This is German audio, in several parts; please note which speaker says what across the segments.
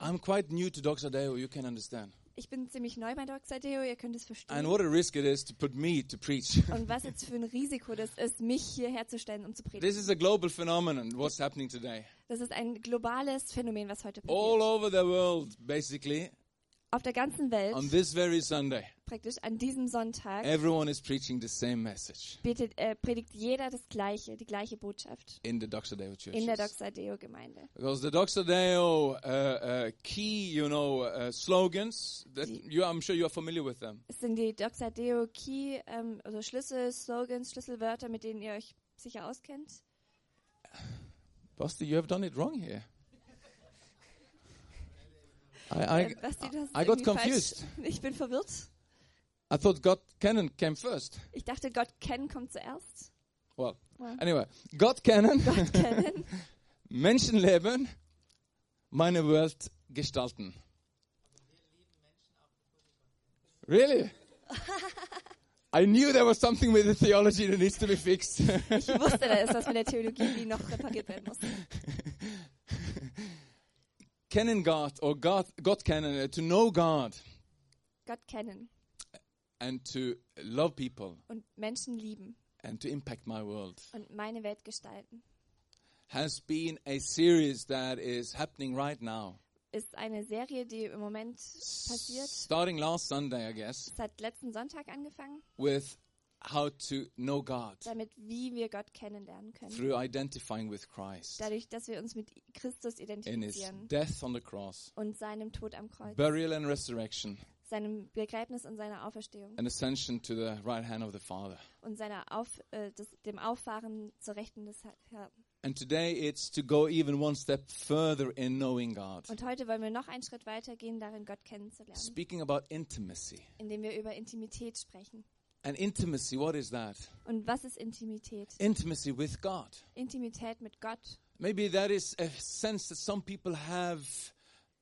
Speaker 1: I'm quite new to Doxadeo, you can understand.
Speaker 2: Ich bin ziemlich neu bei Doxadeo, ihr könnt es
Speaker 1: And
Speaker 2: verstehen.
Speaker 1: what a risk it is to put me to preach.
Speaker 2: Und was jetzt für ein Risiko das ist, mich hierher zu stellen, um zu predigen.
Speaker 1: This is a global phenomenon, what's happening today.
Speaker 2: Das ist ein globales Phänomen, was heute
Speaker 1: All
Speaker 2: passiert.
Speaker 1: over the world, basically,
Speaker 2: Auf der ganzen Welt,
Speaker 1: on this very Sunday,
Speaker 2: praktisch an diesem Sonntag,
Speaker 1: everyone is preaching the same message
Speaker 2: betet, äh, predigt jeder das Gleiche, die gleiche Botschaft
Speaker 1: in the Doxadeo church.
Speaker 2: in der Doxadeo-Gemeinde.
Speaker 1: Because the Doxadeo uh, uh, key, you know, uh, slogans, that you, I'm sure you're familiar with them.
Speaker 2: Es sind die Doxadeo Key, ähm, also Schlüssel, Slogans, Schlüsselwörter, mit denen ihr euch sicher auskennt.
Speaker 1: Basti, you have done it wrong here. I, I,
Speaker 2: Ähm, Basti, du hast es
Speaker 1: I got
Speaker 2: irgendwie
Speaker 1: confused.
Speaker 2: Falsch. Ich bin verwirrt.
Speaker 1: I thought God Cannon came first.
Speaker 2: Ich dachte, Gott kennen kommt zuerst.
Speaker 1: Well,
Speaker 2: Well.
Speaker 1: anyway, God Cannon,
Speaker 2: Gott kennen.
Speaker 1: Menschenleben, meine Welt gestalten. Really? I knew there was something with the theology that needs to be fixed.
Speaker 2: Ich wusste, da ist was mit der Theologie, die noch repariert werden muss.
Speaker 1: Canon God or God, God canon, uh, to know God
Speaker 2: Gott kennen
Speaker 1: and to love people
Speaker 2: und Menschen lieben
Speaker 1: and to impact my world
Speaker 2: und meine Welt gestalten
Speaker 1: has been a series that is happening right now.
Speaker 2: ist eine Serie, die im Moment passiert.
Speaker 1: Starting last Sunday, I guess,
Speaker 2: Es hat letzten Sonntag angefangen,
Speaker 1: with how to know God
Speaker 2: damit wie wir Gott kennenlernen können.
Speaker 1: through identifying with Christ
Speaker 2: Dadurch, dass wir uns mit Christus
Speaker 1: in his
Speaker 2: identifizieren
Speaker 1: death on the cross,
Speaker 2: und seinem Tod am Kreuz,
Speaker 1: burial and resurrection,
Speaker 2: seinem Begräbnis und seiner Auferstehung
Speaker 1: and ascension to the right hand of the Father.
Speaker 2: und seiner Auf, äh, des, dem Auffahren zur Rechten des Herrn.
Speaker 1: And today it's to go even one step further in knowing God,
Speaker 2: Und heute wollen wir noch einen Schritt weitergehen, darin Gott kennenzulernen,
Speaker 1: speaking about intimacy.
Speaker 2: indem wir über Intimität sprechen.
Speaker 1: And intimacy, what is that?
Speaker 2: Und was ist Intimität?
Speaker 1: Intimacy with God.
Speaker 2: Intimität mit Gott.
Speaker 1: Maybe that is a sense that some people have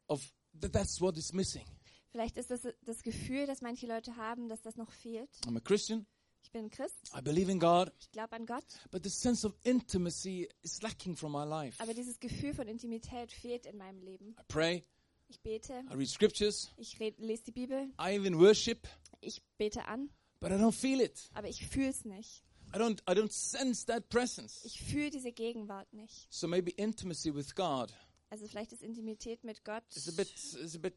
Speaker 1: of that that's what is missing.
Speaker 2: Vielleicht ist das das Gefühl, das manche Leute haben, dass das noch fehlt.
Speaker 1: I'm a Christian,
Speaker 2: Ich bin Christ,
Speaker 1: I believe in God,
Speaker 2: ich glaube an Gott,
Speaker 1: but the sense of intimacy is lacking from my life.
Speaker 2: aber dieses Gefühl von Intimität fehlt in meinem Leben.
Speaker 1: I pray,
Speaker 2: Ich bete,
Speaker 1: I read scriptures,
Speaker 2: ich red, lese die Bibel,
Speaker 1: I even worship,
Speaker 2: ich bete an,
Speaker 1: but I don't feel it.
Speaker 2: aber ich fühle es nicht.
Speaker 1: I don't I don't sense that presence.
Speaker 2: Ich fühle diese Gegenwart nicht.
Speaker 1: So maybe intimacy with God
Speaker 2: Also vielleicht ist Intimität mit Gott
Speaker 1: is a bit is a bit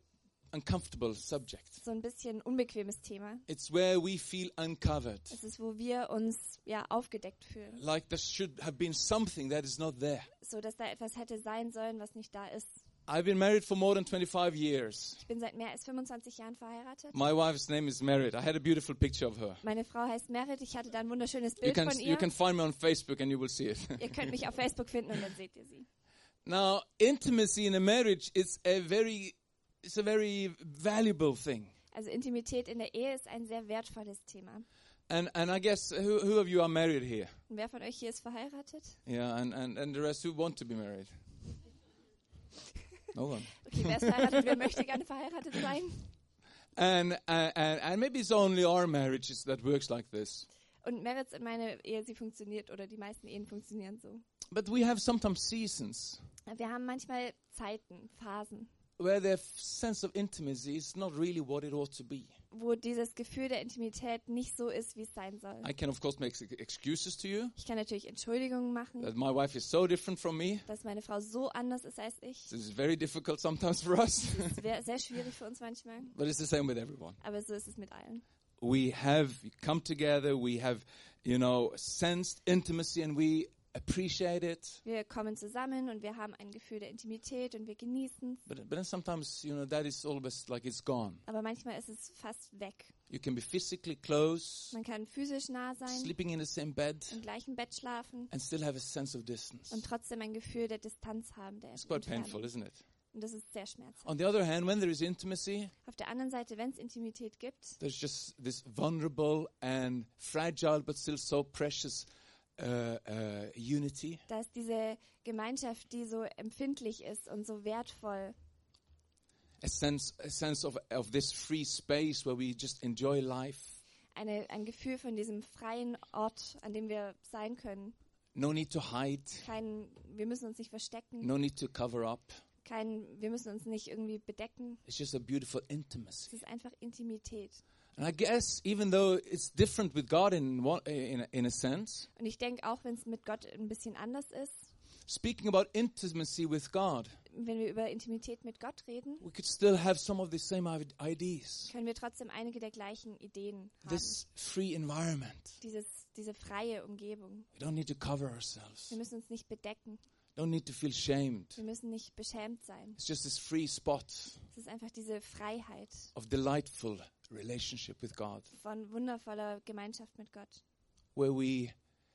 Speaker 1: uncomfortable subject.
Speaker 2: so ein bisschen unbequemes Thema.
Speaker 1: It's where we feel uncovered.
Speaker 2: Es ist, wo wir uns ja aufgedeckt fühlen,
Speaker 1: Like there should have been something that is not there.
Speaker 2: so dass da etwas hätte sein sollen, was nicht da ist.
Speaker 1: I've been married for more than 25 years.
Speaker 2: Ich bin seit mehr als 25 Jahren verheiratet.
Speaker 1: My wife's name is Merit. I had a beautiful picture of her.
Speaker 2: Meine Frau heißt Merit. Ich hatte da ein wunderschönes
Speaker 1: You
Speaker 2: Bild
Speaker 1: can,
Speaker 2: von
Speaker 1: you
Speaker 2: ihr.
Speaker 1: can find me on Facebook and you will see it.
Speaker 2: Ihr könnt mich auf Facebook finden und dann seht ihr sie.
Speaker 1: now, intimacy in a marriage is a very it's a very valuable thing.
Speaker 2: Also Intimität in der Ehe ist ein sehr wertvolles Thema.
Speaker 1: And and I guess who who of you are married here?
Speaker 2: Und wer von euch hier ist verheiratet?
Speaker 1: Yeah, and, and, and the rest who want to be married. No one.
Speaker 2: Okay, wer ist verheiratet? wer möchte gerne verheiratet sein?
Speaker 1: And, and and and maybe it's only our marriages that works like this.
Speaker 2: Und Merits in meine Ehe, sie funktioniert oder die meisten Ehen funktionieren so.
Speaker 1: But we have sometimes seasons
Speaker 2: Wir haben manchmal Zeiten, Phasen,
Speaker 1: where the f- sense of intimacy is not really what it ought to be.
Speaker 2: wo dieses Gefühl der Intimität nicht so ist, wie es sein soll.
Speaker 1: I can, of course, make ex- excuses to you
Speaker 2: Ich kann natürlich Entschuldigungen machen,
Speaker 1: that my wife is so different from me.
Speaker 2: dass meine Frau so anders ist als ich.
Speaker 1: This is very difficult sometimes for us,
Speaker 2: Das wäre sehr schwierig für uns manchmal,
Speaker 1: but it's the same with everyone.
Speaker 2: aber so ist es mit allen.
Speaker 1: We have come together, we have, you know, sensed intimacy and we appreciate it.
Speaker 2: Wir kommen zusammen und wir haben ein Gefühl der Intimität und wir genießen es.
Speaker 1: But, but then sometimes, you know, that is always like it's gone.
Speaker 2: Aber manchmal ist es fast weg.
Speaker 1: You can be physically close,
Speaker 2: Man kann physisch nah sein,
Speaker 1: sleeping in the same bed,
Speaker 2: im gleichen Bett schlafen
Speaker 1: and still have a sense of distance.
Speaker 2: und trotzdem ein Gefühl der Distanz haben. Der
Speaker 1: It's quite
Speaker 2: Entfernung.
Speaker 1: painful, isn't it?
Speaker 2: Und das ist sehr schmerzhaft.
Speaker 1: On the other hand, when there is intimacy,
Speaker 2: Auf der anderen Seite, wenn es Intimität gibt,
Speaker 1: there's just this vulnerable and fragile but still so precious uh, uh, unity.
Speaker 2: da ist diese Gemeinschaft, die so empfindlich ist und so wertvoll.
Speaker 1: A sense, a sense of, of this free space where we just enjoy life.
Speaker 2: Eine, ein Gefühl von diesem freien Ort, an dem wir sein können.
Speaker 1: No need to hide,
Speaker 2: Kein, wir müssen uns nicht verstecken,
Speaker 1: no need to cover up.
Speaker 2: kein, wir müssen uns nicht irgendwie bedecken.
Speaker 1: It's just a beautiful
Speaker 2: Es
Speaker 1: intimacy.
Speaker 2: ist einfach Intimität.
Speaker 1: And I guess even though it's different with God in one, in, a- in a sense,
Speaker 2: Und ich denke, auch wenn es mit Gott ein bisschen anders ist,
Speaker 1: speaking about intimacy with God,
Speaker 2: wenn wir über Intimität mit Gott reden,
Speaker 1: we could still have some of the same i- ideas.
Speaker 2: können wir trotzdem einige der gleichen Ideen haben.
Speaker 1: This free environment.
Speaker 2: Dieses, diese freie Umgebung.
Speaker 1: We don't need to cover
Speaker 2: Wir
Speaker 1: ourselves.
Speaker 2: müssen uns nicht bedecken.
Speaker 1: Don't need to feel shamed.
Speaker 2: Wir müssen nicht beschämt sein.
Speaker 1: It's just this free spot
Speaker 2: Es ist einfach diese Freiheit
Speaker 1: of delightful relationship with God,
Speaker 2: von wundervoller Gemeinschaft mit Gott.
Speaker 1: where we,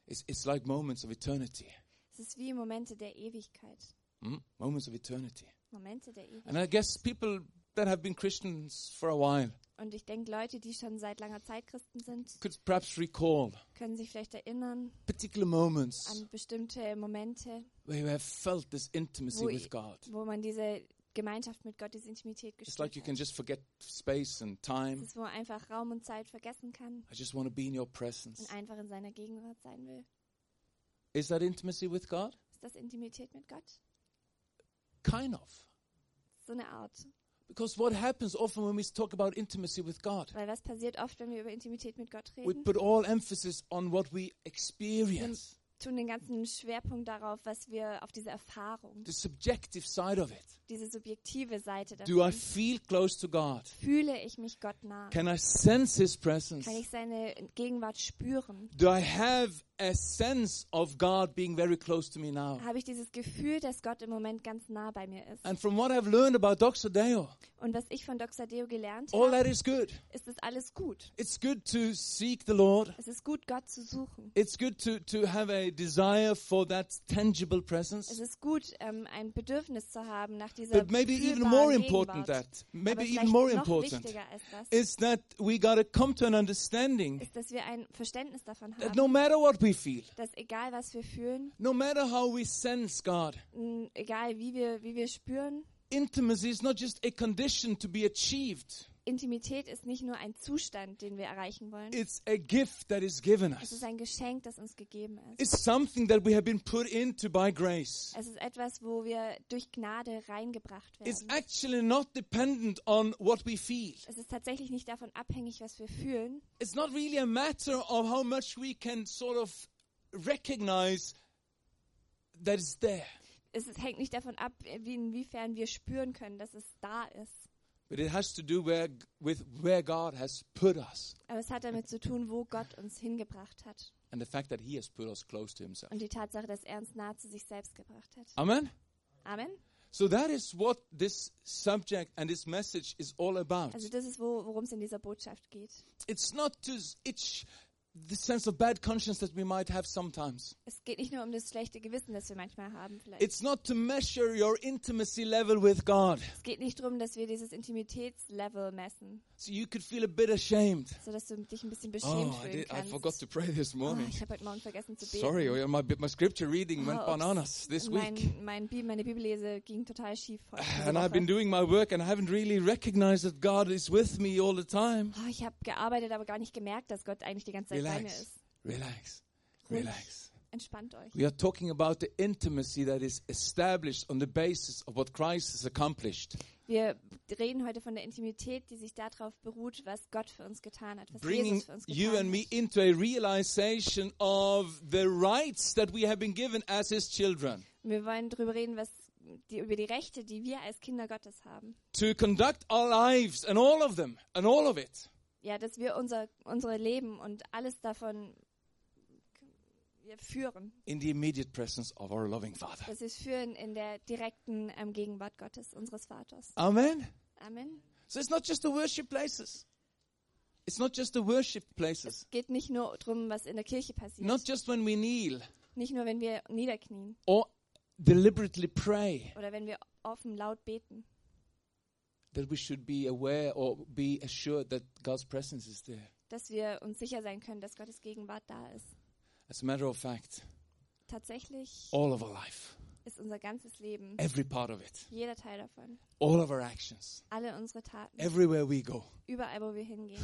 Speaker 1: it's, it's like moments of eternity,
Speaker 2: Es ist wie Momente der Ewigkeit.
Speaker 1: mm? moments of eternity.
Speaker 2: Momente der
Speaker 1: And
Speaker 2: Ewigkeit.
Speaker 1: I guess people that have been Christians for a while
Speaker 2: Und ich denke, Leute, die schon seit langer Zeit Christen sind,
Speaker 1: could perhaps recall
Speaker 2: können sich vielleicht erinnern
Speaker 1: particular moments
Speaker 2: an bestimmte Momente,
Speaker 1: where you have felt this intimacy
Speaker 2: Wo-
Speaker 1: with God.
Speaker 2: wo man diese Gemeinschaft mit Gott, diese Intimität
Speaker 1: It's like you
Speaker 2: gespürt
Speaker 1: can
Speaker 2: hat.
Speaker 1: just forget space and
Speaker 2: Es
Speaker 1: time.
Speaker 2: ist, wo man einfach Raum und Zeit vergessen kann
Speaker 1: I just want to be in your presence.
Speaker 2: und einfach in seiner Gegenwart sein will.
Speaker 1: Is that intimacy with God?
Speaker 2: Ist das Intimität mit Gott?
Speaker 1: Kind of.
Speaker 2: So eine Art.
Speaker 1: Because what happens often when we talk about intimacy with God,
Speaker 2: Weil was passiert oft, wenn wir über Intimität mit Gott
Speaker 1: we
Speaker 2: reden?
Speaker 1: put all emphasis on what we experience,
Speaker 2: tun den ganzen Schwerpunkt darauf, was wir auf diese Erfahrung,
Speaker 1: the subjective side of it.
Speaker 2: diese subjektive Seite
Speaker 1: Do I
Speaker 2: davon.
Speaker 1: feel close to God?
Speaker 2: Fühle ich mich Gott nah?
Speaker 1: Can I sense His presence?
Speaker 2: Kann ich seine Gegenwart spüren?
Speaker 1: Do I have a sense of God being very close to me now?
Speaker 2: Habe ich dieses Gefühl, dass Gott im Moment ganz nah bei mir ist?
Speaker 1: And from what I've learned about Doxodeo,
Speaker 2: Und was ich von Doxadeo gelernt
Speaker 1: all
Speaker 2: habe,
Speaker 1: that is good.
Speaker 2: ist es alles gut.
Speaker 1: It's good to seek the Lord.
Speaker 2: Es ist gut, Gott zu suchen.
Speaker 1: It's good to, to have a desire for that tangible
Speaker 2: Es
Speaker 1: presence.
Speaker 2: ist gut, ähm, ein Bedürfnis zu haben nach dieser
Speaker 1: But maybe even
Speaker 2: fühlbaren
Speaker 1: more
Speaker 2: Gegenwart.
Speaker 1: important that,
Speaker 2: Aber
Speaker 1: maybe even
Speaker 2: vielleicht
Speaker 1: more
Speaker 2: noch
Speaker 1: important,
Speaker 2: wichtiger als das
Speaker 1: is that we got to come to an understanding
Speaker 2: ist, dass wir ein Verständnis davon
Speaker 1: that
Speaker 2: haben,
Speaker 1: Äh, no matter what we feel,
Speaker 2: dass egal was wir fühlen,
Speaker 1: no matter how we sense God,
Speaker 2: mh, egal wie wir, wie wir spüren,
Speaker 1: intimacy is not just a condition to be achieved.
Speaker 2: Intimität ist nicht nur ein Zustand, den wir erreichen wollen.
Speaker 1: It's a gift that is given us.
Speaker 2: Es ist ein Geschenk, das uns gegeben ist.
Speaker 1: It's something that we have been put into by grace.
Speaker 2: Es ist etwas, wo wir durch Gnade reingebracht
Speaker 1: It's
Speaker 2: werden.
Speaker 1: actually not dependent on what we feel.
Speaker 2: Es ist tatsächlich nicht davon abhängig, was wir fühlen.
Speaker 1: It's not really a matter of how much we can sort of recognize that it's there,
Speaker 2: Es ist, hängt nicht davon ab, wie, inwiefern wir spüren können, dass es da ist.
Speaker 1: but it has to do where, with where God has put us
Speaker 2: Aber es hat damit zu tun, wo Gott uns hingebracht hat.
Speaker 1: and the fact that He has put us close to Himself.
Speaker 2: Und die Tatsache, dass er uns nah zu sich selbst gebracht hat.
Speaker 1: Amen?
Speaker 2: Amen.
Speaker 1: So that is what this subject and this message is all about.
Speaker 2: Also das ist, wo- worum es in dieser Botschaft geht.
Speaker 1: It's not to s- itch the sense of bad conscience that we might have sometimes.
Speaker 2: Es geht nicht nur um das schlechte Gewissen, das wir manchmal haben. Vielleicht.
Speaker 1: It's not to measure your intimacy level with God.
Speaker 2: Es geht nicht darum, dass wir dieses Intimitätslevel messen,
Speaker 1: So you could feel a bit ashamed.
Speaker 2: sodass du dich ein bisschen beschämt
Speaker 1: Oh, I,
Speaker 2: fühlen
Speaker 1: did- I
Speaker 2: kannst.
Speaker 1: forgot to pray this
Speaker 2: oh,
Speaker 1: morning.
Speaker 2: ich habe heute Morgen vergessen zu beten.
Speaker 1: Sorry, oh yeah, my, bi- my scripture reading went
Speaker 2: Oh, ups.
Speaker 1: bananas this week.
Speaker 2: mein, mein Bi meine Bibellese ging total schief heute. diese
Speaker 1: And I've
Speaker 2: Woche.
Speaker 1: been doing my work and I haven't really recognized that God is with me all the time.
Speaker 2: oh, ich habe gearbeitet, aber gar nicht gemerkt, dass Gott eigentlich die ganze Zeit bei mir
Speaker 1: Relax,
Speaker 2: ist.
Speaker 1: relax,
Speaker 2: Ruhig.
Speaker 1: relax.
Speaker 2: Entspannt euch.
Speaker 1: We are talking about the intimacy that is established on the basis of what Christ has accomplished.
Speaker 2: Wir reden heute von der Intimität, die sich darauf beruht, was Gott für uns getan hat, was
Speaker 1: Bringing
Speaker 2: Jesus für uns getan
Speaker 1: you and me
Speaker 2: hat.
Speaker 1: into a realization of the rights that we have been given as His children.
Speaker 2: Wir wollen darüber reden, was die, über die Rechte, die wir als Kinder Gottes haben.
Speaker 1: To conduct our lives and all of them and all of it
Speaker 2: ja, dass wir unser unsere Leben und alles davon ja, führen,
Speaker 1: in the immediate presence of our loving Father.
Speaker 2: dass wir es führen in der direkten ähm, Gegenwart Gottes, unseres Vaters.
Speaker 1: Amen.
Speaker 2: Amen.
Speaker 1: So it's not just the worship places. It's not just the worship places.
Speaker 2: Es geht nicht nur darum, was in der Kirche passiert,
Speaker 1: Not just when we kneel
Speaker 2: nicht nur, wenn wir niederknien
Speaker 1: or deliberately pray
Speaker 2: oder wenn wir offen laut beten,
Speaker 1: that we should be aware or be assured that God's presence is there.
Speaker 2: dass wir uns sicher sein können, dass Gottes Gegenwart da ist.
Speaker 1: As a matter of fact,
Speaker 2: Tatsächlich
Speaker 1: all of our life,
Speaker 2: ist unser ganzes Leben,
Speaker 1: every part of it,
Speaker 2: jeder Teil davon,
Speaker 1: all of our actions,
Speaker 2: alle unsere Taten,
Speaker 1: everywhere we go,
Speaker 2: überall, wo wir hingehen,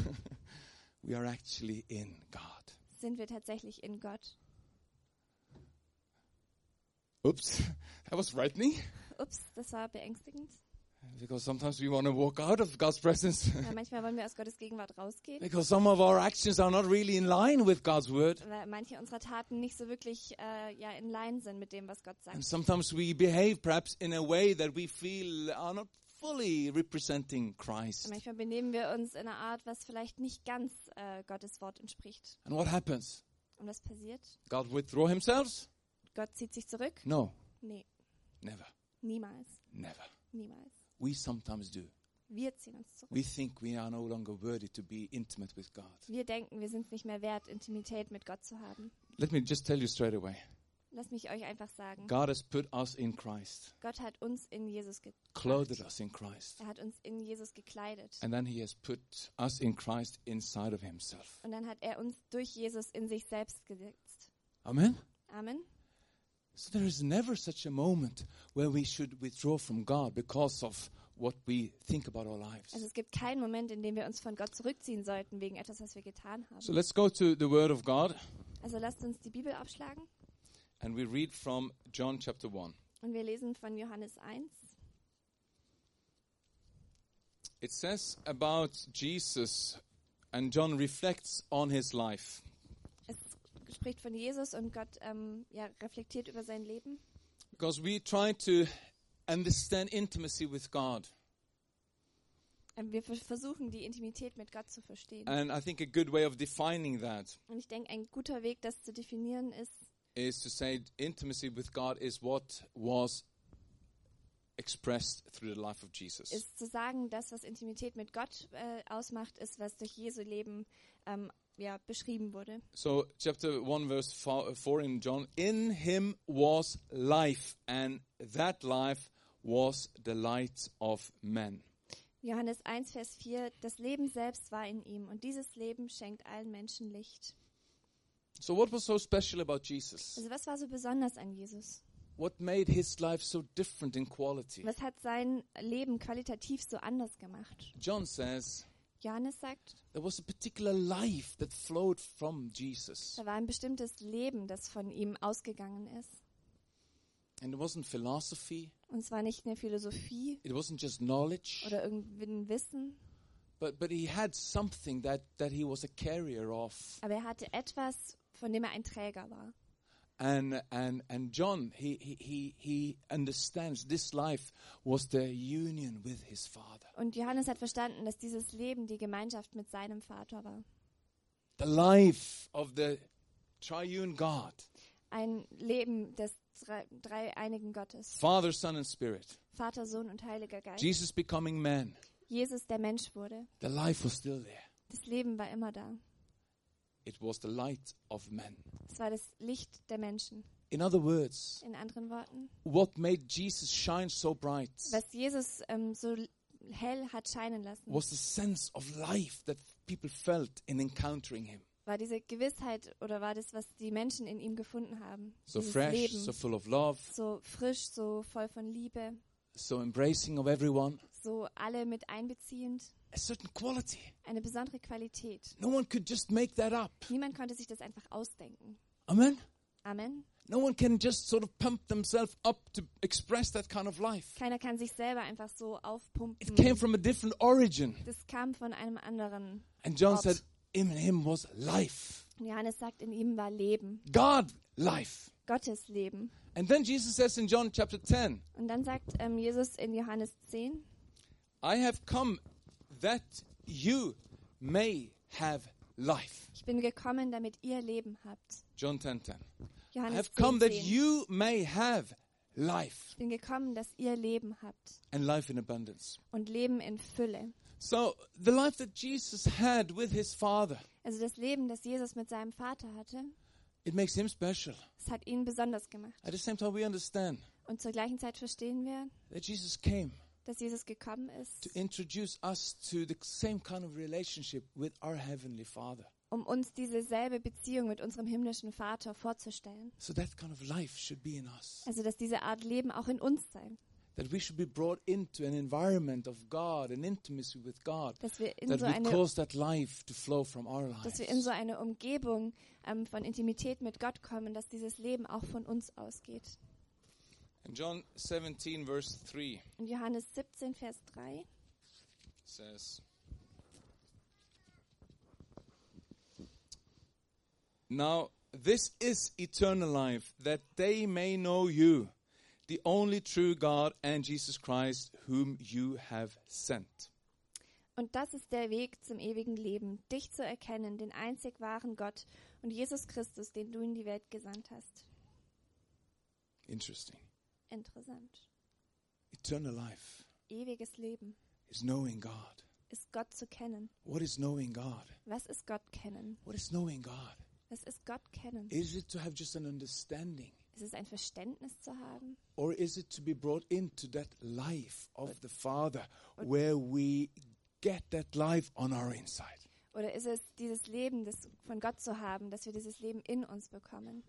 Speaker 1: we are actually in God.
Speaker 2: sind wir tatsächlich in Gott.
Speaker 1: Oops, that was frightening.
Speaker 2: Ups, das war beängstigend.
Speaker 1: Because sometimes we want to walk out of God's presence.
Speaker 2: Ja, manchmal wollen wir aus Gottes Gegenwart rausgehen,
Speaker 1: because some of our actions are not really in line with God's word.
Speaker 2: weil manche unserer Taten nicht so wirklich äh, ja, in Line sind mit dem, was Gott
Speaker 1: And
Speaker 2: sagt.
Speaker 1: sometimes we behave perhaps in a way that we feel are not fully representing Christ.
Speaker 2: Manchmal benehmen wir uns in einer Art, was vielleicht nicht ganz äh, Gottes Wort entspricht.
Speaker 1: And what happens?
Speaker 2: Und was passiert?
Speaker 1: God withdraw himself?
Speaker 2: Gott zieht sich zurück?
Speaker 1: No,
Speaker 2: Nee,
Speaker 1: never,
Speaker 2: niemals,
Speaker 1: never.
Speaker 2: niemals.
Speaker 1: We sometimes do.
Speaker 2: Wir ziehen uns zurück.
Speaker 1: We think we are no longer worthy to be intimate with God.
Speaker 2: Wir denken, wir sind es nicht mehr wert, Intimität mit Gott zu haben.
Speaker 1: Let me just tell you straight away.
Speaker 2: Lass mich euch einfach sagen,
Speaker 1: God has put us in Christ,
Speaker 2: Gott hat uns in Jesus ge
Speaker 1: clothed us in Christ,
Speaker 2: er hat uns in Jesus gekleidet.
Speaker 1: and then He has put us in Christ inside of Himself.
Speaker 2: Und dann hat er uns durch Jesus in sich selbst gesetzt.
Speaker 1: Amen?
Speaker 2: Amen.
Speaker 1: So there is never such a moment where we should withdraw from God because of what we think about our
Speaker 2: Also
Speaker 1: lives.
Speaker 2: es gibt keinen Moment, in dem wir uns von Gott zurückziehen sollten wegen etwas, was wir getan
Speaker 1: So
Speaker 2: haben.
Speaker 1: let's go to the Word of God,
Speaker 2: Also lasst uns die Bibel aufschlagen
Speaker 1: and we read from John chapter 1.
Speaker 2: und wir lesen von Johannes 1.
Speaker 1: It says about Jesus, and John reflects on his life.
Speaker 2: Es spricht von Jesus und Gott ähm, ja, reflektiert über sein Leben.
Speaker 1: Because we try to understand intimacy with God.
Speaker 2: Ähm, Wir ver- versuchen, die Intimität mit Gott zu verstehen.
Speaker 1: And I think a good way of defining that
Speaker 2: Und ich denke, ein guter Weg, das zu definieren, ist,
Speaker 1: is to say intimacy with God is what was expressed through the life of Jesus.
Speaker 2: ist zu sagen, das, was Intimität mit Gott äh, ausmacht, ist, was durch Jesu Leben ähm, ja, beschrieben wurde.
Speaker 1: So, chapter 1, verse fo- 4 in John In him was life, and that life was the light of men.
Speaker 2: Johannes 1, Vers 4, das Leben selbst war in ihm und dieses Leben schenkt allen Menschen Licht.
Speaker 1: So, what was so special about Jesus?
Speaker 2: Also was war so besonders an Jesus?
Speaker 1: What made his life so different in quality?
Speaker 2: Was hat sein Leben qualitativ so anders gemacht?
Speaker 1: John says,
Speaker 2: Johannes sagt,
Speaker 1: There was a particular life that flowed from Jesus.
Speaker 2: da war ein bestimmtes Leben, das von ihm ausgegangen ist.
Speaker 1: And it wasn't philosophy,
Speaker 2: Und zwar nicht eine Philosophie
Speaker 1: it wasn't just knowledge,
Speaker 2: oder irgendwie ein Wissen,
Speaker 1: but, but he had something that, that he was a carrier of.
Speaker 2: aber er hatte etwas, von dem er ein Träger war.
Speaker 1: And, and, and John, he, he, he, he understands this life was the union with his Father,
Speaker 2: Und Johannes hat verstanden, dass dieses Leben die Gemeinschaft mit seinem Vater war.
Speaker 1: the life of the triune God,
Speaker 2: Ein Leben des drei- dreieinigen Gottes.
Speaker 1: Father, Son, and Spirit.
Speaker 2: Vater, Sohn und Heiliger Geist.
Speaker 1: Jesus becoming man,
Speaker 2: Jesus, der Mensch wurde.
Speaker 1: the life was still there.
Speaker 2: Das Leben war immer da.
Speaker 1: It was the light of men.
Speaker 2: Es war das Licht der Menschen.
Speaker 1: In other words,
Speaker 2: In anderen Worten,
Speaker 1: what made Jesus shine so bright
Speaker 2: was Jesus ähm, so l- hell hat scheinen lassen,
Speaker 1: was the sense of life that people felt in encountering him.
Speaker 2: war diese Gewissheit oder war das, was die Menschen in ihm gefunden haben.
Speaker 1: So
Speaker 2: Dieses
Speaker 1: fresh,
Speaker 2: Leben.
Speaker 1: so full of love,
Speaker 2: so frisch, so voll von Liebe,
Speaker 1: so embracing of everyone.
Speaker 2: so alle mit einbeziehend.
Speaker 1: A certain quality.
Speaker 2: Eine besondere Qualität.
Speaker 1: No one could just make that up.
Speaker 2: Niemand konnte sich das einfach ausdenken.
Speaker 1: Amen?
Speaker 2: Amen.
Speaker 1: No one can just sort of pump themselves up to express that kind of life.
Speaker 2: Keiner kann sich selber einfach so
Speaker 1: It came
Speaker 2: aufpumpen.
Speaker 1: from a different origin.
Speaker 2: Das kam von einem anderen.
Speaker 1: And John
Speaker 2: Ort.
Speaker 1: said, in him was life.
Speaker 2: Und Johannes sagt, in ihm war Leben,
Speaker 1: God, life.
Speaker 2: Gottes Leben.
Speaker 1: And then Jesus says in John chapter 10,
Speaker 2: Und dann sagt ähm, Jesus in Johannes 10,
Speaker 1: I have come that you may have life.
Speaker 2: ich bin gekommen, damit ihr Leben habt.
Speaker 1: John 10 10. I
Speaker 2: Johannes
Speaker 1: have come
Speaker 2: 10,
Speaker 1: that
Speaker 2: 10.
Speaker 1: you may have life
Speaker 2: Ich bin gekommen, dass ihr Leben habt
Speaker 1: and life in abundance.
Speaker 2: und Leben in Fülle.
Speaker 1: So, the life that Jesus had with his Father,
Speaker 2: Also das Leben, das Jesus mit seinem Vater hatte,
Speaker 1: it makes him special.
Speaker 2: das hat ihn besonders gemacht.
Speaker 1: At the same time, we understand
Speaker 2: Und zur gleichen Zeit verstehen wir,
Speaker 1: that Jesus came
Speaker 2: dass Jesus gekommen
Speaker 1: to
Speaker 2: ist,
Speaker 1: introduce us to the same kind of relationship with our Heavenly Father.
Speaker 2: um uns dieselbe Beziehung mit unserem himmlischen Vater vorzustellen.
Speaker 1: So, that kind of life should be in us.
Speaker 2: Also dass diese Art Leben auch in uns sein.
Speaker 1: That we should be brought into an environment of God, an intimacy with God,
Speaker 2: dass wir in
Speaker 1: that
Speaker 2: so
Speaker 1: would
Speaker 2: eine
Speaker 1: cause that life to flow from our
Speaker 2: dass
Speaker 1: lives.
Speaker 2: wir in so eine Umgebung ähm, von Intimität mit Gott kommen, dass dieses Leben auch von uns ausgeht.
Speaker 1: And John 17, verse 3
Speaker 2: Und Johannes 17, Vers 3.
Speaker 1: says, Now this is eternal life, that they may know you, the only true God, and Jesus Christ, whom you have sent.
Speaker 2: Und das ist der Weg zum ewigen Leben, dich zu erkennen, den einzig wahren Gott und Jesus Christus, den du in die Welt gesandt hast.
Speaker 1: Interesting.
Speaker 2: Interessant.
Speaker 1: Eternal life
Speaker 2: Ewiges Leben
Speaker 1: is knowing God.
Speaker 2: ist Gott zu kennen.
Speaker 1: What is knowing God?
Speaker 2: Was ist Gott kennen?
Speaker 1: What is knowing God?
Speaker 2: Was ist Gott kennen?
Speaker 1: Is it to have just an understanding?
Speaker 2: Ist es ein Verständnis zu haben?
Speaker 1: Or is it to be brought into that life of the Father where we get that life on our inside?
Speaker 2: Oder ist es dieses Leben das von Gott zu haben, dass wir dieses Leben in uns bekommen?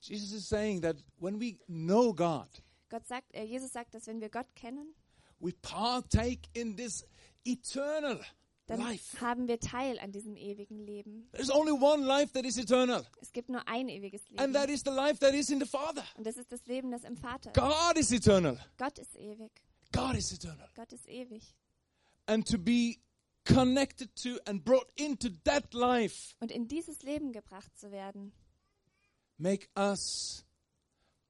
Speaker 1: Jesus is saying that when we know God,
Speaker 2: Gott sagt, äh, Jesus sagt, dass wenn wir Gott kennen,
Speaker 1: we partake in this eternal
Speaker 2: dann
Speaker 1: life.
Speaker 2: haben wir Teil an diesem ewigen Leben.
Speaker 1: There's only one life that is eternal,
Speaker 2: Es gibt nur ein ewiges Leben.
Speaker 1: and that is the life that is in the Father.
Speaker 2: Und das ist das Leben, das im Vater ist.
Speaker 1: God is eternal.
Speaker 2: Gott ist ewig.
Speaker 1: God is eternal.
Speaker 2: Gott ist ewig.
Speaker 1: And to be connected to and brought into that life
Speaker 2: Und in dieses Leben gebracht zu werden,
Speaker 1: make us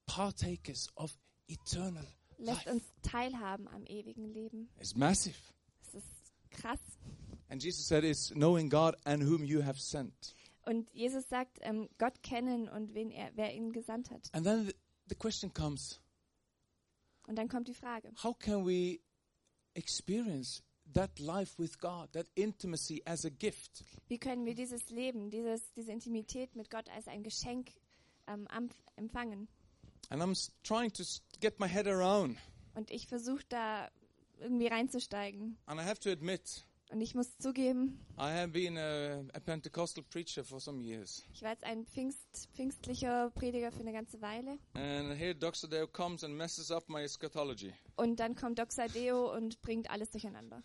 Speaker 1: partakers of eternal
Speaker 2: lässt
Speaker 1: life.
Speaker 2: uns teilhaben am ewigen Leben.
Speaker 1: It's massive.
Speaker 2: Das ist krass.
Speaker 1: And Jesus said, It's knowing God and whom you have sent.
Speaker 2: Und Jesus sagt, ähm, Gott kennen und wen er, wer ihn gesandt hat.
Speaker 1: And then the, the question comes
Speaker 2: Und dann kommt die Frage,
Speaker 1: how can we experience that life with God, that intimacy as a gift?
Speaker 2: wie können wir dieses Leben, dieses, diese Intimität mit Gott als ein Geschenk ähm, am, empfangen?
Speaker 1: And I'm s- trying to s- get my head around.
Speaker 2: Und ich versuche da irgendwie reinzusteigen.
Speaker 1: And I have to admit,
Speaker 2: Und ich muss zugeben,
Speaker 1: I have been a, a Pentecostal preacher for some years.
Speaker 2: ich war jetzt ein Pfingst, pfingstlicher Prediger für eine ganze Weile.
Speaker 1: And here Doxodeo comes and messes up my eschatology.
Speaker 2: Und dann kommt Doxadeo und bringt alles durcheinander.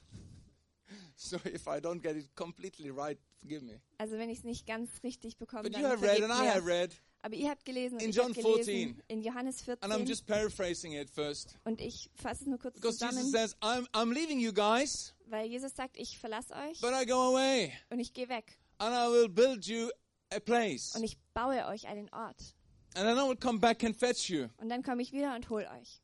Speaker 1: So if I don't get it completely right, forgive me.
Speaker 2: Also wenn ich es nicht ganz richtig bekomme,
Speaker 1: But
Speaker 2: dann
Speaker 1: you have read
Speaker 2: vergebt
Speaker 1: and I have
Speaker 2: mir.
Speaker 1: read,
Speaker 2: Aber ihr habt gelesen und
Speaker 1: In
Speaker 2: ich hab
Speaker 1: John
Speaker 2: gelesen
Speaker 1: 14.
Speaker 2: in Johannes
Speaker 1: and I'm
Speaker 2: 14
Speaker 1: just paraphrasing it first.
Speaker 2: und ich fasse es nur kurz
Speaker 1: Because Jesus
Speaker 2: zusammen,
Speaker 1: says, I'm, I'm leaving you guys,
Speaker 2: weil Jesus sagt, ich verlasse euch
Speaker 1: but I go away
Speaker 2: und ich gehe weg
Speaker 1: and I will build you a place.
Speaker 2: und ich baue euch einen Ort
Speaker 1: And then I will come back and fetch you.
Speaker 2: und dann komme ich wieder und hol euch.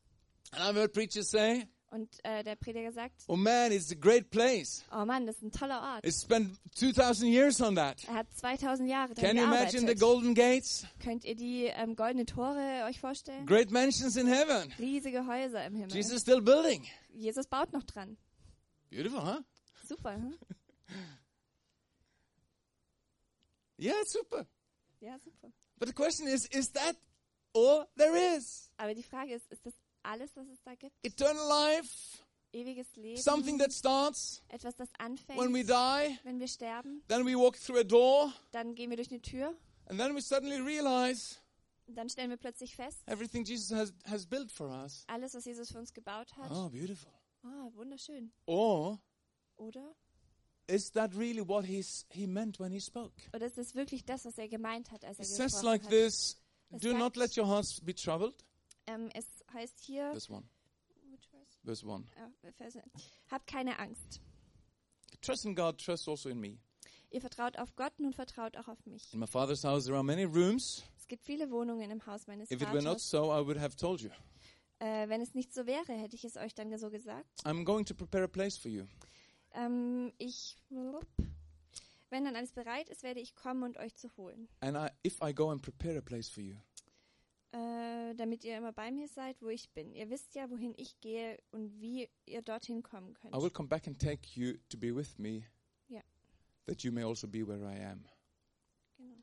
Speaker 1: And I've heard preachers say,
Speaker 2: Und äh, der Prediger sagt,
Speaker 1: oh man, it's a great place.
Speaker 2: oh Mann, das ist ein toller Ort.
Speaker 1: It's spent 2,000 years on that.
Speaker 2: Er hat 2000 Jahre dran
Speaker 1: Can you imagine the
Speaker 2: gearbeitet.
Speaker 1: golden gates?
Speaker 2: Könnt ihr die ähm, goldenen Tore euch vorstellen?
Speaker 1: Great mansions in heaven.
Speaker 2: Riesige Häuser im Himmel.
Speaker 1: Jesus still building.
Speaker 2: Jesus baut noch dran.
Speaker 1: Beautiful, huh?
Speaker 2: Super, hm?
Speaker 1: Yeah, it's super.
Speaker 2: Ja, super.
Speaker 1: But the question is, is that all there is?
Speaker 2: Aber die Frage ist, ist das alles, was es da gibt?
Speaker 1: Eternal life,
Speaker 2: Ewiges Leben?
Speaker 1: something that starts
Speaker 2: etwas, das anfängt,
Speaker 1: when we die,
Speaker 2: wenn wir sterben,
Speaker 1: then we walk through a door,
Speaker 2: dann gehen wir durch eine Tür
Speaker 1: and then we suddenly realize
Speaker 2: und dann stellen wir plötzlich fest,
Speaker 1: everything Jesus has, has built for us.
Speaker 2: alles, was Jesus für uns gebaut hat,
Speaker 1: Oh, beautiful.
Speaker 2: ah, wunderschön.
Speaker 1: Or
Speaker 2: Oder?
Speaker 1: is that really what he's, he meant when he spoke?
Speaker 2: Oder ist es wirklich das, was er gemeint hat, als er
Speaker 1: It
Speaker 2: gesprochen
Speaker 1: says like
Speaker 2: hat?
Speaker 1: this
Speaker 2: Es
Speaker 1: Do not
Speaker 2: sagt-
Speaker 1: let your hearts be troubled.
Speaker 2: Ähm, es heißt hier,
Speaker 1: Verse 1. Verse 1.
Speaker 2: Ah, Vers- habt keine Angst.
Speaker 1: Trust in God, trust also in me.
Speaker 2: Ihr vertraut auf Gott, nun vertraut auch auf mich.
Speaker 1: In my Father's house there are many rooms.
Speaker 2: Es gibt viele Wohnungen im Haus meines
Speaker 1: If it were not
Speaker 2: Vaters.
Speaker 1: so, I would have told you.
Speaker 2: Äh, wenn es nicht so wäre, hätte ich es euch dann so gesagt.
Speaker 1: I'm going to prepare a place for you.
Speaker 2: Ähm, ich, wenn dann alles bereit ist, werde ich kommen und euch zu holen.
Speaker 1: And I, if I go and prepare a place for you,
Speaker 2: äh, damit ihr immer bei mir seid, wo ich bin. Ihr wisst ja, wohin ich gehe und wie ihr dorthin kommen könnt.
Speaker 1: I will come back and take you to be with me,
Speaker 2: Yeah.
Speaker 1: that you may also be where I am.
Speaker 2: Genau.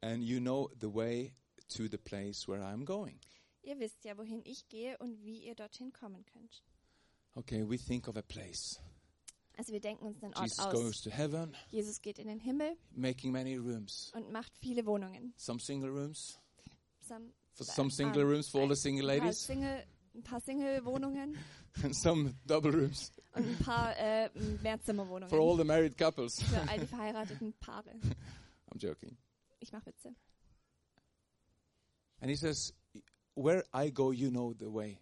Speaker 1: And you know the way to the place where I'm going.
Speaker 2: Ihr wisst ja, wohin ich gehe und wie ihr dorthin kommen könnt.
Speaker 1: Okay, we think of a place.
Speaker 2: Also wir denken uns einen Ort
Speaker 1: Jesus
Speaker 2: aus.
Speaker 1: goes to heaven,
Speaker 2: Jesus geht in den Himmel
Speaker 1: making many rooms.
Speaker 2: und macht viele Wohnungen.
Speaker 1: Some single rooms,
Speaker 2: Some,
Speaker 1: for some single
Speaker 2: Ah,
Speaker 1: rooms for all the single
Speaker 2: ein paar
Speaker 1: ladies,
Speaker 2: Single, ein paar Single-Wohnungen
Speaker 1: and some double rooms
Speaker 2: und ein paar äh, Mehrzimmerwohnungen
Speaker 1: for all the married couples.
Speaker 2: für all die verheirateten Paare.
Speaker 1: I'm joking.
Speaker 2: Ich mache Witze.
Speaker 1: And he says, where I go, you know the way.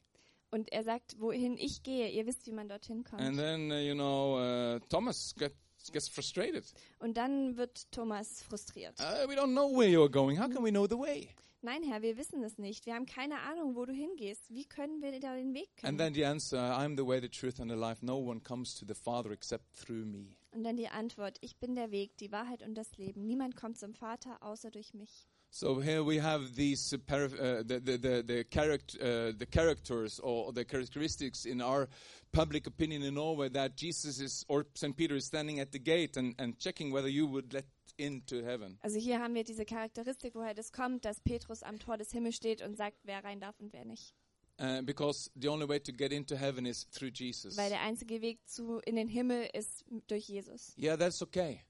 Speaker 2: Und er sagt, wohin ich gehe, ihr wisst, wie man dorthin
Speaker 1: And
Speaker 2: kommt.
Speaker 1: then, uh, you know, uh, Thomas get, gets frustrated.
Speaker 2: Und dann wird Thomas frustriert.
Speaker 1: Uh, we don't know where you're going. How can we know the way?
Speaker 2: Nein, Herr, wir wissen es nicht. Wir haben keine Ahnung, wo du hingehst. Wie können wir da den Weg
Speaker 1: And
Speaker 2: kennen?
Speaker 1: then the answer I'm the way, the truth, and the life. No one comes to the Father except through me.
Speaker 2: Und dann die Antwort, ich bin der Weg, die Wahrheit und das Leben. Niemand kommt zum Vater außer durch mich.
Speaker 1: So here we have these uh, para- uh, the, the, the, the, charact- uh, the characters or the characteristics in our public opinion in Norway that Jesus is or St. Peter is standing at the gate and, and checking whether you would let into heaven.
Speaker 2: Also hier haben wir diese Charakteristik, woher das kommt, dass Petrus am Tor des Himmels steht und sagt, wer rein darf und wer nicht.
Speaker 1: Uh, because the only way to get into heaven is through Jesus.
Speaker 2: Weil der einzige Weg zu in den Himmel ist durch Jesus.
Speaker 1: Yeah, that's okay.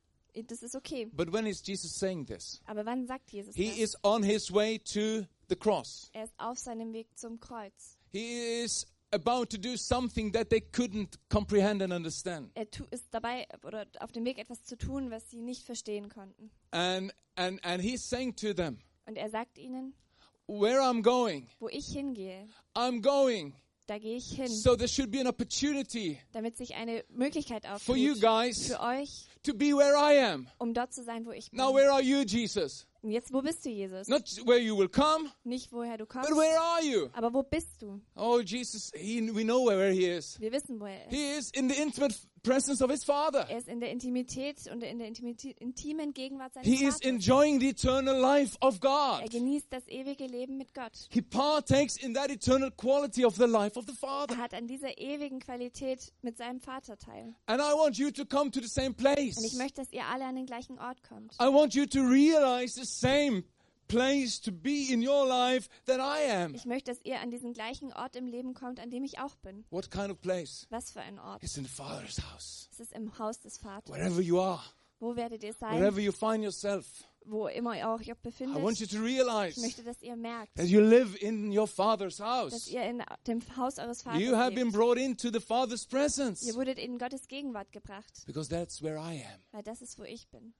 Speaker 2: Das ist okay.
Speaker 1: But when is Jesus saying this?
Speaker 2: Aber wann sagt Jesus
Speaker 1: He
Speaker 2: das?
Speaker 1: is on his way to the cross.
Speaker 2: Er ist auf seinem Weg zum Kreuz.
Speaker 1: He is about to do something that they couldn't comprehend and understand.
Speaker 2: Er tu, ist dabei oder auf dem Weg etwas zu tun, was sie nicht verstehen konnten.
Speaker 1: And and and he's saying to them,
Speaker 2: Und er sagt ihnen,
Speaker 1: where I'm going,
Speaker 2: wo ich hingehe,
Speaker 1: I'm going.
Speaker 2: da gehe ich hin,
Speaker 1: So there should be an opportunity
Speaker 2: damit sich eine Möglichkeit
Speaker 1: for you
Speaker 2: auftut
Speaker 1: guys
Speaker 2: für euch,
Speaker 1: to be where I am.
Speaker 2: um dort zu sein, wo ich bin.
Speaker 1: Now where are you, Jesus?
Speaker 2: Und jetzt, wo bist du, Jesus?
Speaker 1: Not where you will come,
Speaker 2: Nicht, woher du kommst,
Speaker 1: but where are you?
Speaker 2: aber wo bist du?
Speaker 1: Oh Jesus, he, we know where he is.
Speaker 2: Wir wissen, wo er ist.
Speaker 1: He is in the intimate presence of his Father.
Speaker 2: Er ist in der Intimität und in der Intimitä- intimen Gegenwart seines
Speaker 1: He is
Speaker 2: Vaters.
Speaker 1: enjoying the eternal life of
Speaker 2: Er
Speaker 1: God.
Speaker 2: genießt das ewige Leben mit Gott.
Speaker 1: He partakes in that eternal quality of the life of the Father.
Speaker 2: Er hat an dieser ewigen Qualität mit seinem Vater teil.
Speaker 1: And I want you to come to the same
Speaker 2: Und ich
Speaker 1: place.
Speaker 2: möchte, dass ihr alle an den gleichen Ort kommt.
Speaker 1: I want you to realize the same place to be in your life that I am.
Speaker 2: Ich möchte, dass ihr an diesen gleichen Ort im Leben kommt, an dem ich auch bin.
Speaker 1: What kind of place?
Speaker 2: Was für ein Ort.
Speaker 1: It's in the Father's house.
Speaker 2: Es ist im Haus des Vaters.
Speaker 1: Wherever you are,
Speaker 2: Wo werdet ihr sein,
Speaker 1: wherever you find yourself,
Speaker 2: wo immer ihr euch auch
Speaker 1: I want
Speaker 2: befindet?
Speaker 1: you to
Speaker 2: Ich
Speaker 1: realize
Speaker 2: möchte, dass ihr merkt,
Speaker 1: that you live in your Father's
Speaker 2: dass
Speaker 1: house.
Speaker 2: ihr in dem Haus eures Vaters
Speaker 1: You have been
Speaker 2: lebt.
Speaker 1: brought into the Father's
Speaker 2: Ihr
Speaker 1: presence
Speaker 2: wurdet in Gottes Gegenwart gebracht,
Speaker 1: because that's where I am.
Speaker 2: weil das ist, wo ich bin.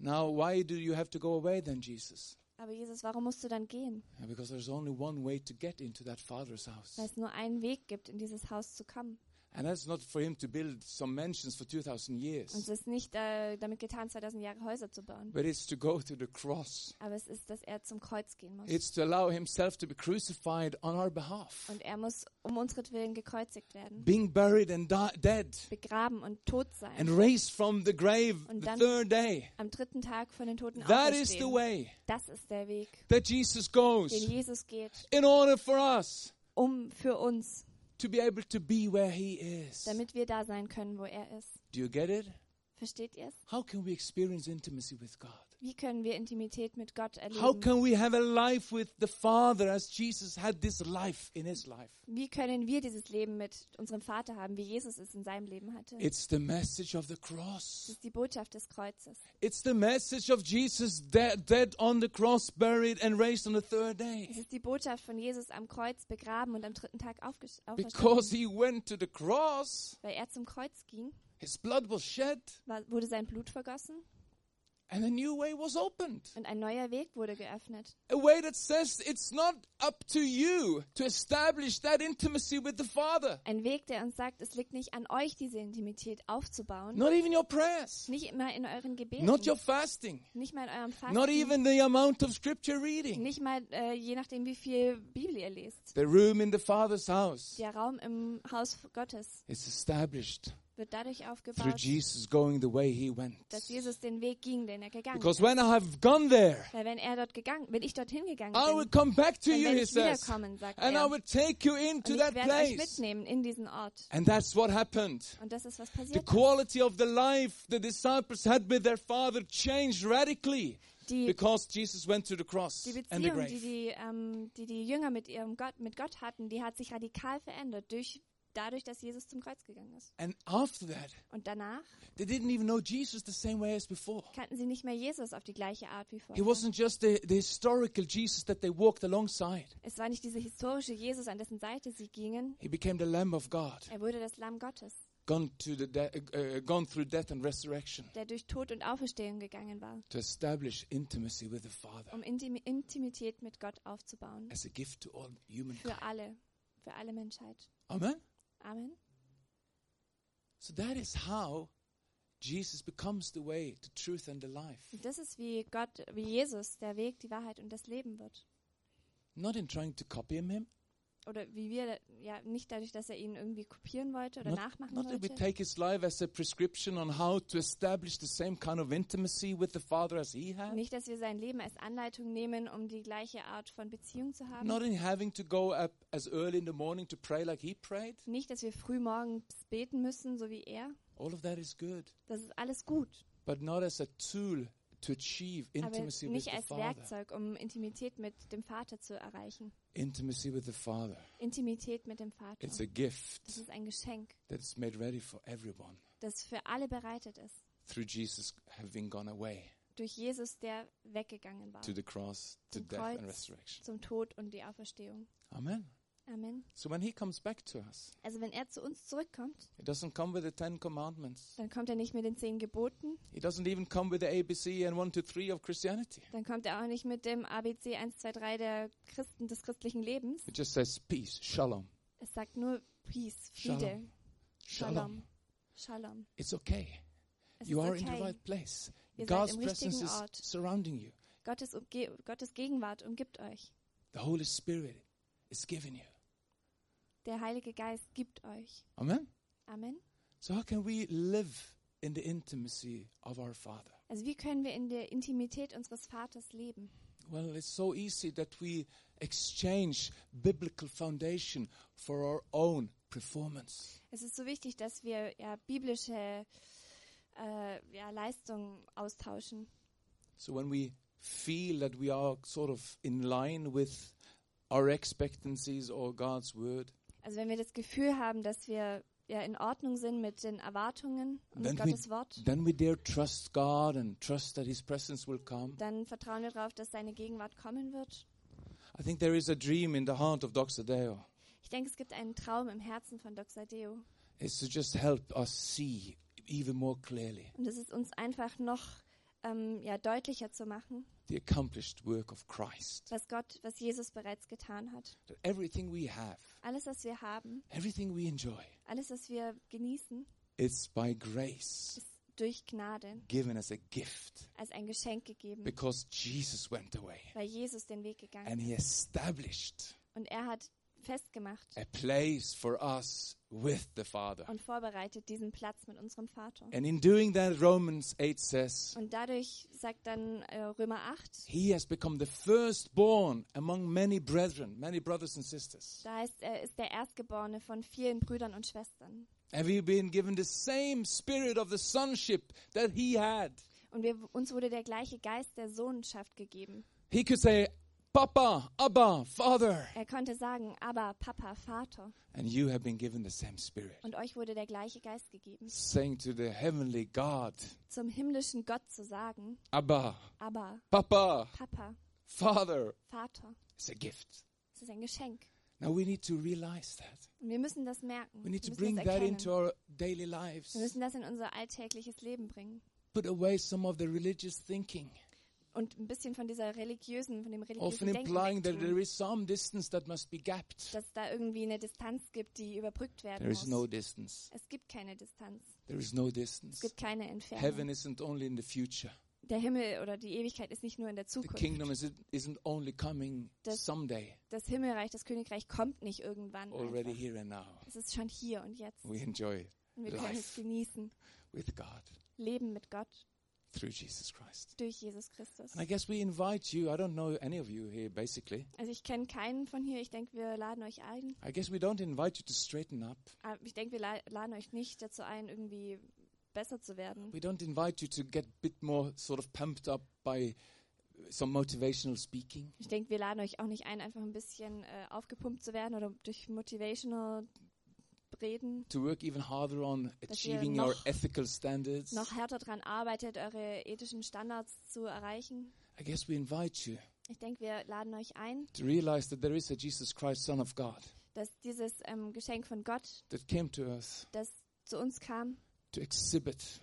Speaker 1: Now, why do you have to go away then, Jesus?
Speaker 2: Aber Jesus, warum musst du dann gehen?
Speaker 1: Yeah, Because there's only one way to get into that Father's house.
Speaker 2: Weil es nur einen Weg gibt, in dieses Haus zu kommen.
Speaker 1: And that's not for him to build some mansions for 2,000
Speaker 2: Und es
Speaker 1: years,
Speaker 2: ist nicht äh, damit getan, 2000 Jahre Häuser zu bauen.
Speaker 1: but it's to go to the cross.
Speaker 2: Aber es ist, dass er zum Kreuz gehen muss.
Speaker 1: It's to allow himself to be crucified on our behalf,
Speaker 2: Und er muss um unseretwillen gekreuzigt werden,
Speaker 1: being buried and di- dead,
Speaker 2: begraben und tot
Speaker 1: and
Speaker 2: sein.
Speaker 1: raised from the grave the
Speaker 2: Und dann-
Speaker 1: third day.
Speaker 2: Am dritten Tag von den Toten
Speaker 1: That is the
Speaker 2: auferstehen.
Speaker 1: way
Speaker 2: Das ist der Weg,
Speaker 1: that Jesus
Speaker 2: den
Speaker 1: goes
Speaker 2: Jesus geht,
Speaker 1: in order for us
Speaker 2: um für uns,
Speaker 1: to be able to be where he is.
Speaker 2: damit wir da sein können, wo er ist.
Speaker 1: Do you get it?
Speaker 2: Versteht ihr es?
Speaker 1: How can we experience intimacy with God?
Speaker 2: Wie können wir Intimität mit Gott
Speaker 1: How
Speaker 2: erleben?
Speaker 1: can we have a life with the Father as Jesus had this life in his life?
Speaker 2: Wie können wir dieses Leben mit unserem Vater haben, wie Jesus es in seinem Leben hatte?
Speaker 1: It's the message of the
Speaker 2: Das
Speaker 1: cross.
Speaker 2: ist die Botschaft des Kreuzes.
Speaker 1: It's the message of Jesus dead, dead on the cross, buried and raised on the third
Speaker 2: Es
Speaker 1: day.
Speaker 2: ist die Botschaft von Jesus am Kreuz begraben und am dritten Tag aufges-
Speaker 1: Because
Speaker 2: auferstanden.
Speaker 1: he went to the cross,
Speaker 2: Weil er zum Kreuz ging,
Speaker 1: his blood was shed,
Speaker 2: war, wurde sein Blut vergossen
Speaker 1: and a new way was opened.
Speaker 2: und ein neuer Weg wurde geöffnet.
Speaker 1: A way that says it's not up to you to establish that intimacy with the Father.
Speaker 2: Ein Weg, der uns sagt, es liegt nicht an euch, diese Intimität aufzubauen.
Speaker 1: Not even your prayers,
Speaker 2: Nicht immer in euren Gebeten.
Speaker 1: not your fasting,
Speaker 2: nicht mal in eurem Fasten.
Speaker 1: not even the amount of scripture reading.
Speaker 2: nicht mal, äh, je nachdem, wie viel Bibel ihr lest.
Speaker 1: The room in the Father's house
Speaker 2: Der Raum im Haus Gottes
Speaker 1: is established
Speaker 2: wird dadurch
Speaker 1: through
Speaker 2: aufgebaut,
Speaker 1: Jesus going the way he went.
Speaker 2: dass Jesus den Weg ging, den er gegangen
Speaker 1: Because
Speaker 2: ist.
Speaker 1: when I have gone there,
Speaker 2: Weil wenn er dort gegangen, wenn ich dorthin gegangen
Speaker 1: I will
Speaker 2: bin,
Speaker 1: come back to
Speaker 2: dann
Speaker 1: you,
Speaker 2: werde
Speaker 1: he
Speaker 2: ich
Speaker 1: says,
Speaker 2: wiederkommen, sagt
Speaker 1: and I
Speaker 2: er.
Speaker 1: will take you into
Speaker 2: Und ich
Speaker 1: that
Speaker 2: werde euch
Speaker 1: place.
Speaker 2: mitnehmen in diesen Ort.
Speaker 1: And that's what happened.
Speaker 2: Und das ist, was
Speaker 1: The
Speaker 2: passiert.
Speaker 1: quality of the life the disciples had with their Father changed radically
Speaker 2: Die,
Speaker 1: because Jesus went to the cross
Speaker 2: die
Speaker 1: and the
Speaker 2: Beziehung, die
Speaker 1: grave.
Speaker 2: die, ähm, die die Jünger mit ihrem Gott, mit Gott hatten, die hat sich radikal verändert durch dadurch, dass Jesus zum Kreuz gegangen ist.
Speaker 1: And after that,
Speaker 2: Und danach
Speaker 1: they didn't even know Jesus the same way as before.
Speaker 2: kannten sie nicht mehr Jesus auf die gleiche Art wie
Speaker 1: He
Speaker 2: vorher.
Speaker 1: wasn't just the, the historical Jesus that they walked alongside.
Speaker 2: Es war nicht dieser historische Jesus, an dessen Seite sie gingen.
Speaker 1: He became the Lamb of God.
Speaker 2: Er wurde das Lamm Gottes.
Speaker 1: gone, to the de- uh, gone through death and resurrection
Speaker 2: der durch Tod und Auferstehung gegangen war,
Speaker 1: to establish intimacy with the Father
Speaker 2: um Intim Intimität mit Gott aufzubauen.
Speaker 1: as a gift to all humankind.
Speaker 2: Für alle, für alle Menschheit.
Speaker 1: Amen?
Speaker 2: Amen.
Speaker 1: So that is how Jesus becomes the way, the truth, and the life.
Speaker 2: Und das ist wie Gott, wie Jesus, der Weg, die Wahrheit und das Leben wird.
Speaker 1: Not in trying to copy him, him.
Speaker 2: Oder wie wir, ja, nicht dadurch, dass er ihn irgendwie kopieren wollte oder
Speaker 1: Not,
Speaker 2: nachmachen
Speaker 1: not that we
Speaker 2: wollte.
Speaker 1: take his life as a prescription on how to establish the same kind of intimacy with the Father as he had.
Speaker 2: Nicht, dass wir sein Leben als Anleitung nehmen, um die gleiche Art von Beziehung zu haben.
Speaker 1: Not in having to go up as early in the morning to pray like he prayed.
Speaker 2: Nicht, dass wir früh morgens beten müssen, so wie er.
Speaker 1: All of that is good,
Speaker 2: Das ist alles gut.
Speaker 1: but not as a tool to achieve
Speaker 2: Aber
Speaker 1: intimacy with
Speaker 2: nicht
Speaker 1: the
Speaker 2: als
Speaker 1: Father.
Speaker 2: Werkzeug, um Intimität mit dem Vater zu erreichen.
Speaker 1: Intimacy with the Father.
Speaker 2: Intimität mit dem Vater.
Speaker 1: It's a gift
Speaker 2: Das ist ein Geschenk,
Speaker 1: that's made ready for everyone
Speaker 2: das für alle bereitet ist.
Speaker 1: through Jesus having gone away
Speaker 2: Durch Jesus, der weggegangen war.
Speaker 1: to the cross, to
Speaker 2: Zum
Speaker 1: death and
Speaker 2: Kreuz.
Speaker 1: resurrection.
Speaker 2: Zum Tod und die Auferstehung.
Speaker 1: Amen.
Speaker 2: Amen.
Speaker 1: So when he comes back to us,
Speaker 2: Also wenn er zu uns zurückkommt,
Speaker 1: he doesn't come with the Ten Commandments.
Speaker 2: dann kommt er nicht mit den zehn Geboten,
Speaker 1: He doesn't even come with the ABC and 1, 2, 3 of Christianity.
Speaker 2: dann kommt er auch nicht mit dem ABC 1, 2, 3 der Christen, des christlichen Lebens.
Speaker 1: It just says peace, shalom,
Speaker 2: Es sagt nur Peace, Friede,
Speaker 1: Shalom. shalom.
Speaker 2: Shalom.
Speaker 1: It's okay.
Speaker 2: Es
Speaker 1: You
Speaker 2: ist
Speaker 1: are
Speaker 2: okay.
Speaker 1: in the right place.
Speaker 2: Ihr seid
Speaker 1: God's
Speaker 2: im
Speaker 1: presence
Speaker 2: richtigen
Speaker 1: is
Speaker 2: Ort.
Speaker 1: surrounding you.
Speaker 2: Gottes, Umge Gottes Gegenwart umgibt euch.
Speaker 1: The Holy Spirit is given you.
Speaker 2: Der Heilige Geist gibt euch.
Speaker 1: Amen.
Speaker 2: Amen.
Speaker 1: So how can we live in the intimacy of our Father?
Speaker 2: Also wie können wir in der Intimität unseres Vaters leben?
Speaker 1: Well, it's so easy that we exchange biblical foundation for our own performance.
Speaker 2: Es ist so wichtig, dass wir ja, biblische äh, ja, Leistungen austauschen.
Speaker 1: So when we feel that we are sort of in line with our expectancies or God's word,
Speaker 2: Also wenn wir das Gefühl haben, dass wir ja in Ordnung sind mit den Erwartungen und
Speaker 1: Wenn
Speaker 2: mit Gottes Wort,
Speaker 1: then we dare trust God and trust that His presence will come.
Speaker 2: dann vertrauen wir darauf, dass seine Gegenwart kommen wird.
Speaker 1: I think there is a dream in the heart of Dr. Deo.
Speaker 2: Ich denke, es gibt einen Traum im Herzen von Doxadeo.
Speaker 1: It's to just help us see even more clearly
Speaker 2: Und es ist uns einfach noch ähm, ja, deutlicher zu machen,
Speaker 1: the accomplished work of Christ.
Speaker 2: was Gott, was Jesus bereits getan hat.
Speaker 1: That everything we have,
Speaker 2: Alles, was wir haben,
Speaker 1: everything we enjoy,
Speaker 2: alles, was wir genießen,
Speaker 1: it's by grace
Speaker 2: ist durch Gnade
Speaker 1: given as a gift
Speaker 2: als ein Geschenk gegeben,
Speaker 1: because Jesus went away
Speaker 2: weil Jesus den Weg gegangen
Speaker 1: and
Speaker 2: ist.
Speaker 1: he established
Speaker 2: Und er hat festgemacht
Speaker 1: a place for us with the Father.
Speaker 2: und vorbereitet diesen Platz mit unserem Vater.
Speaker 1: And in doing that, Romans 8 says,
Speaker 2: Und dadurch sagt dann äh, Römer 8,
Speaker 1: He has become the firstborn among many brethren, many brothers and sisters.
Speaker 2: da heißt, er ist der Erstgeborene von vielen Brüdern und Schwestern.
Speaker 1: Have you been given the same spirit of the sonship that he had?
Speaker 2: Und wir, uns wurde der gleiche Geist der Sohnschaft gegeben.
Speaker 1: He could say, Papa, Abba, Father.
Speaker 2: Er konnte sagen, aber Papa, Vater.
Speaker 1: And you have been given the same spirit,
Speaker 2: Und euch wurde der gleiche Geist gegeben.
Speaker 1: saying to the heavenly God,
Speaker 2: Zum himmlischen Gott zu sagen,
Speaker 1: Abba,
Speaker 2: aber
Speaker 1: Papa,
Speaker 2: Papa,
Speaker 1: Father.
Speaker 2: Vater.
Speaker 1: It's a gift.
Speaker 2: Es ist ein Geschenk.
Speaker 1: Now we need to realize that.
Speaker 2: Und wir müssen das merken.
Speaker 1: We
Speaker 2: Wir
Speaker 1: need to
Speaker 2: müssen
Speaker 1: bring
Speaker 2: das
Speaker 1: that
Speaker 2: erkennen.
Speaker 1: into
Speaker 2: Wir
Speaker 1: our daily lives.
Speaker 2: müssen das in unser alltägliches Leben bringen.
Speaker 1: Put away some of the religious thinking,
Speaker 2: Und ein bisschen von dieser religiösen, von dem
Speaker 1: often
Speaker 2: religiösen Denken
Speaker 1: implying that there
Speaker 2: wegtun,
Speaker 1: is some distance that must be gapped.
Speaker 2: dass da irgendwie eine Distanz gibt, die überbrückt werden
Speaker 1: There is
Speaker 2: muss.
Speaker 1: no distance.
Speaker 2: es gibt keine Distanz.
Speaker 1: There is no
Speaker 2: Es
Speaker 1: distance.
Speaker 2: gibt keine Entfernung.
Speaker 1: Heaven isn't only in the future.
Speaker 2: Der Himmel oder die Ewigkeit ist nicht nur in der
Speaker 1: The
Speaker 2: Zukunft.
Speaker 1: kingdom isn't, isn't only coming
Speaker 2: Das-
Speaker 1: someday,
Speaker 2: Das Himmelreich, das Königreich kommt nicht irgendwann.
Speaker 1: already
Speaker 2: Einfach.
Speaker 1: here and now.
Speaker 2: Es ist schon hier und jetzt.
Speaker 1: We enjoy it
Speaker 2: Und wir können es
Speaker 1: Life.
Speaker 2: genießen.
Speaker 1: with God
Speaker 2: Leben mit Gott
Speaker 1: through Jesus Christ.
Speaker 2: durch Jesus Christus.
Speaker 1: And I guess we invite you, I don't know any of you here basically.
Speaker 2: Also ich kenne keinen von hier. Ich denke, wir laden euch ein.
Speaker 1: I guess we don't invite you to straighten up.
Speaker 2: Aber Ich denke, wir la- laden euch nicht dazu ein, irgendwie besser zu werden.
Speaker 1: We don't invite you to get a bit more sort of pumped up by some motivational speaking.
Speaker 2: Ich denke, wir laden euch auch nicht ein, einfach ein bisschen äh, aufgepumpt zu werden oder durch motivational reden.
Speaker 1: To work even harder on
Speaker 2: ihr
Speaker 1: achieving our
Speaker 2: noch-
Speaker 1: ethical standards.
Speaker 2: Noch härter daran arbeitet, eure ethischen Standards zu erreichen.
Speaker 1: I guess we invite you
Speaker 2: Ich denke, wir laden euch ein,
Speaker 1: to realize that there is a Jesus Christ, Son of God,
Speaker 2: dass dieses ähm, Geschenk von Gott,
Speaker 1: that came to earth
Speaker 2: das zu uns kam,
Speaker 1: to exhibit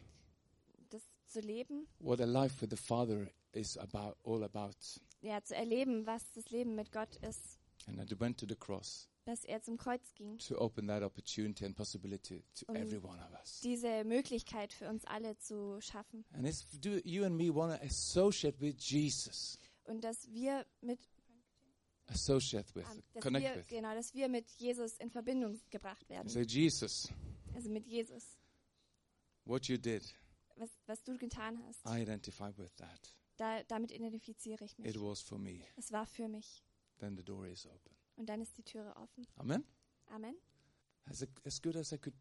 Speaker 2: das zu leben,
Speaker 1: what a life with the Father is about, all about.
Speaker 2: ja, zu erleben, was das Leben mit Gott ist,
Speaker 1: And that he went to the cross
Speaker 2: dass er zum Kreuz ging,
Speaker 1: to open that opportunity and possibility to
Speaker 2: Um,
Speaker 1: every one of us.
Speaker 2: diese Möglichkeit für uns alle zu schaffen
Speaker 1: And if do you and me want to associate with Jesus,
Speaker 2: und dass wir mit
Speaker 1: associate with,
Speaker 2: ähm, dass
Speaker 1: connect
Speaker 2: wir,
Speaker 1: with,
Speaker 2: genau, dass wir mit Jesus in Verbindung gebracht
Speaker 1: and
Speaker 2: werden,
Speaker 1: say, Jesus,
Speaker 2: also mit Jesus,
Speaker 1: what you did,
Speaker 2: was, was du getan hast,
Speaker 1: I identify with that.
Speaker 2: da, damit identifiziere ich mich.
Speaker 1: It was for me.
Speaker 2: Es war für mich
Speaker 1: Then the door is open.
Speaker 2: und dann ist die Türe offen.
Speaker 1: Amen.
Speaker 2: Amen.
Speaker 1: As, as good as I could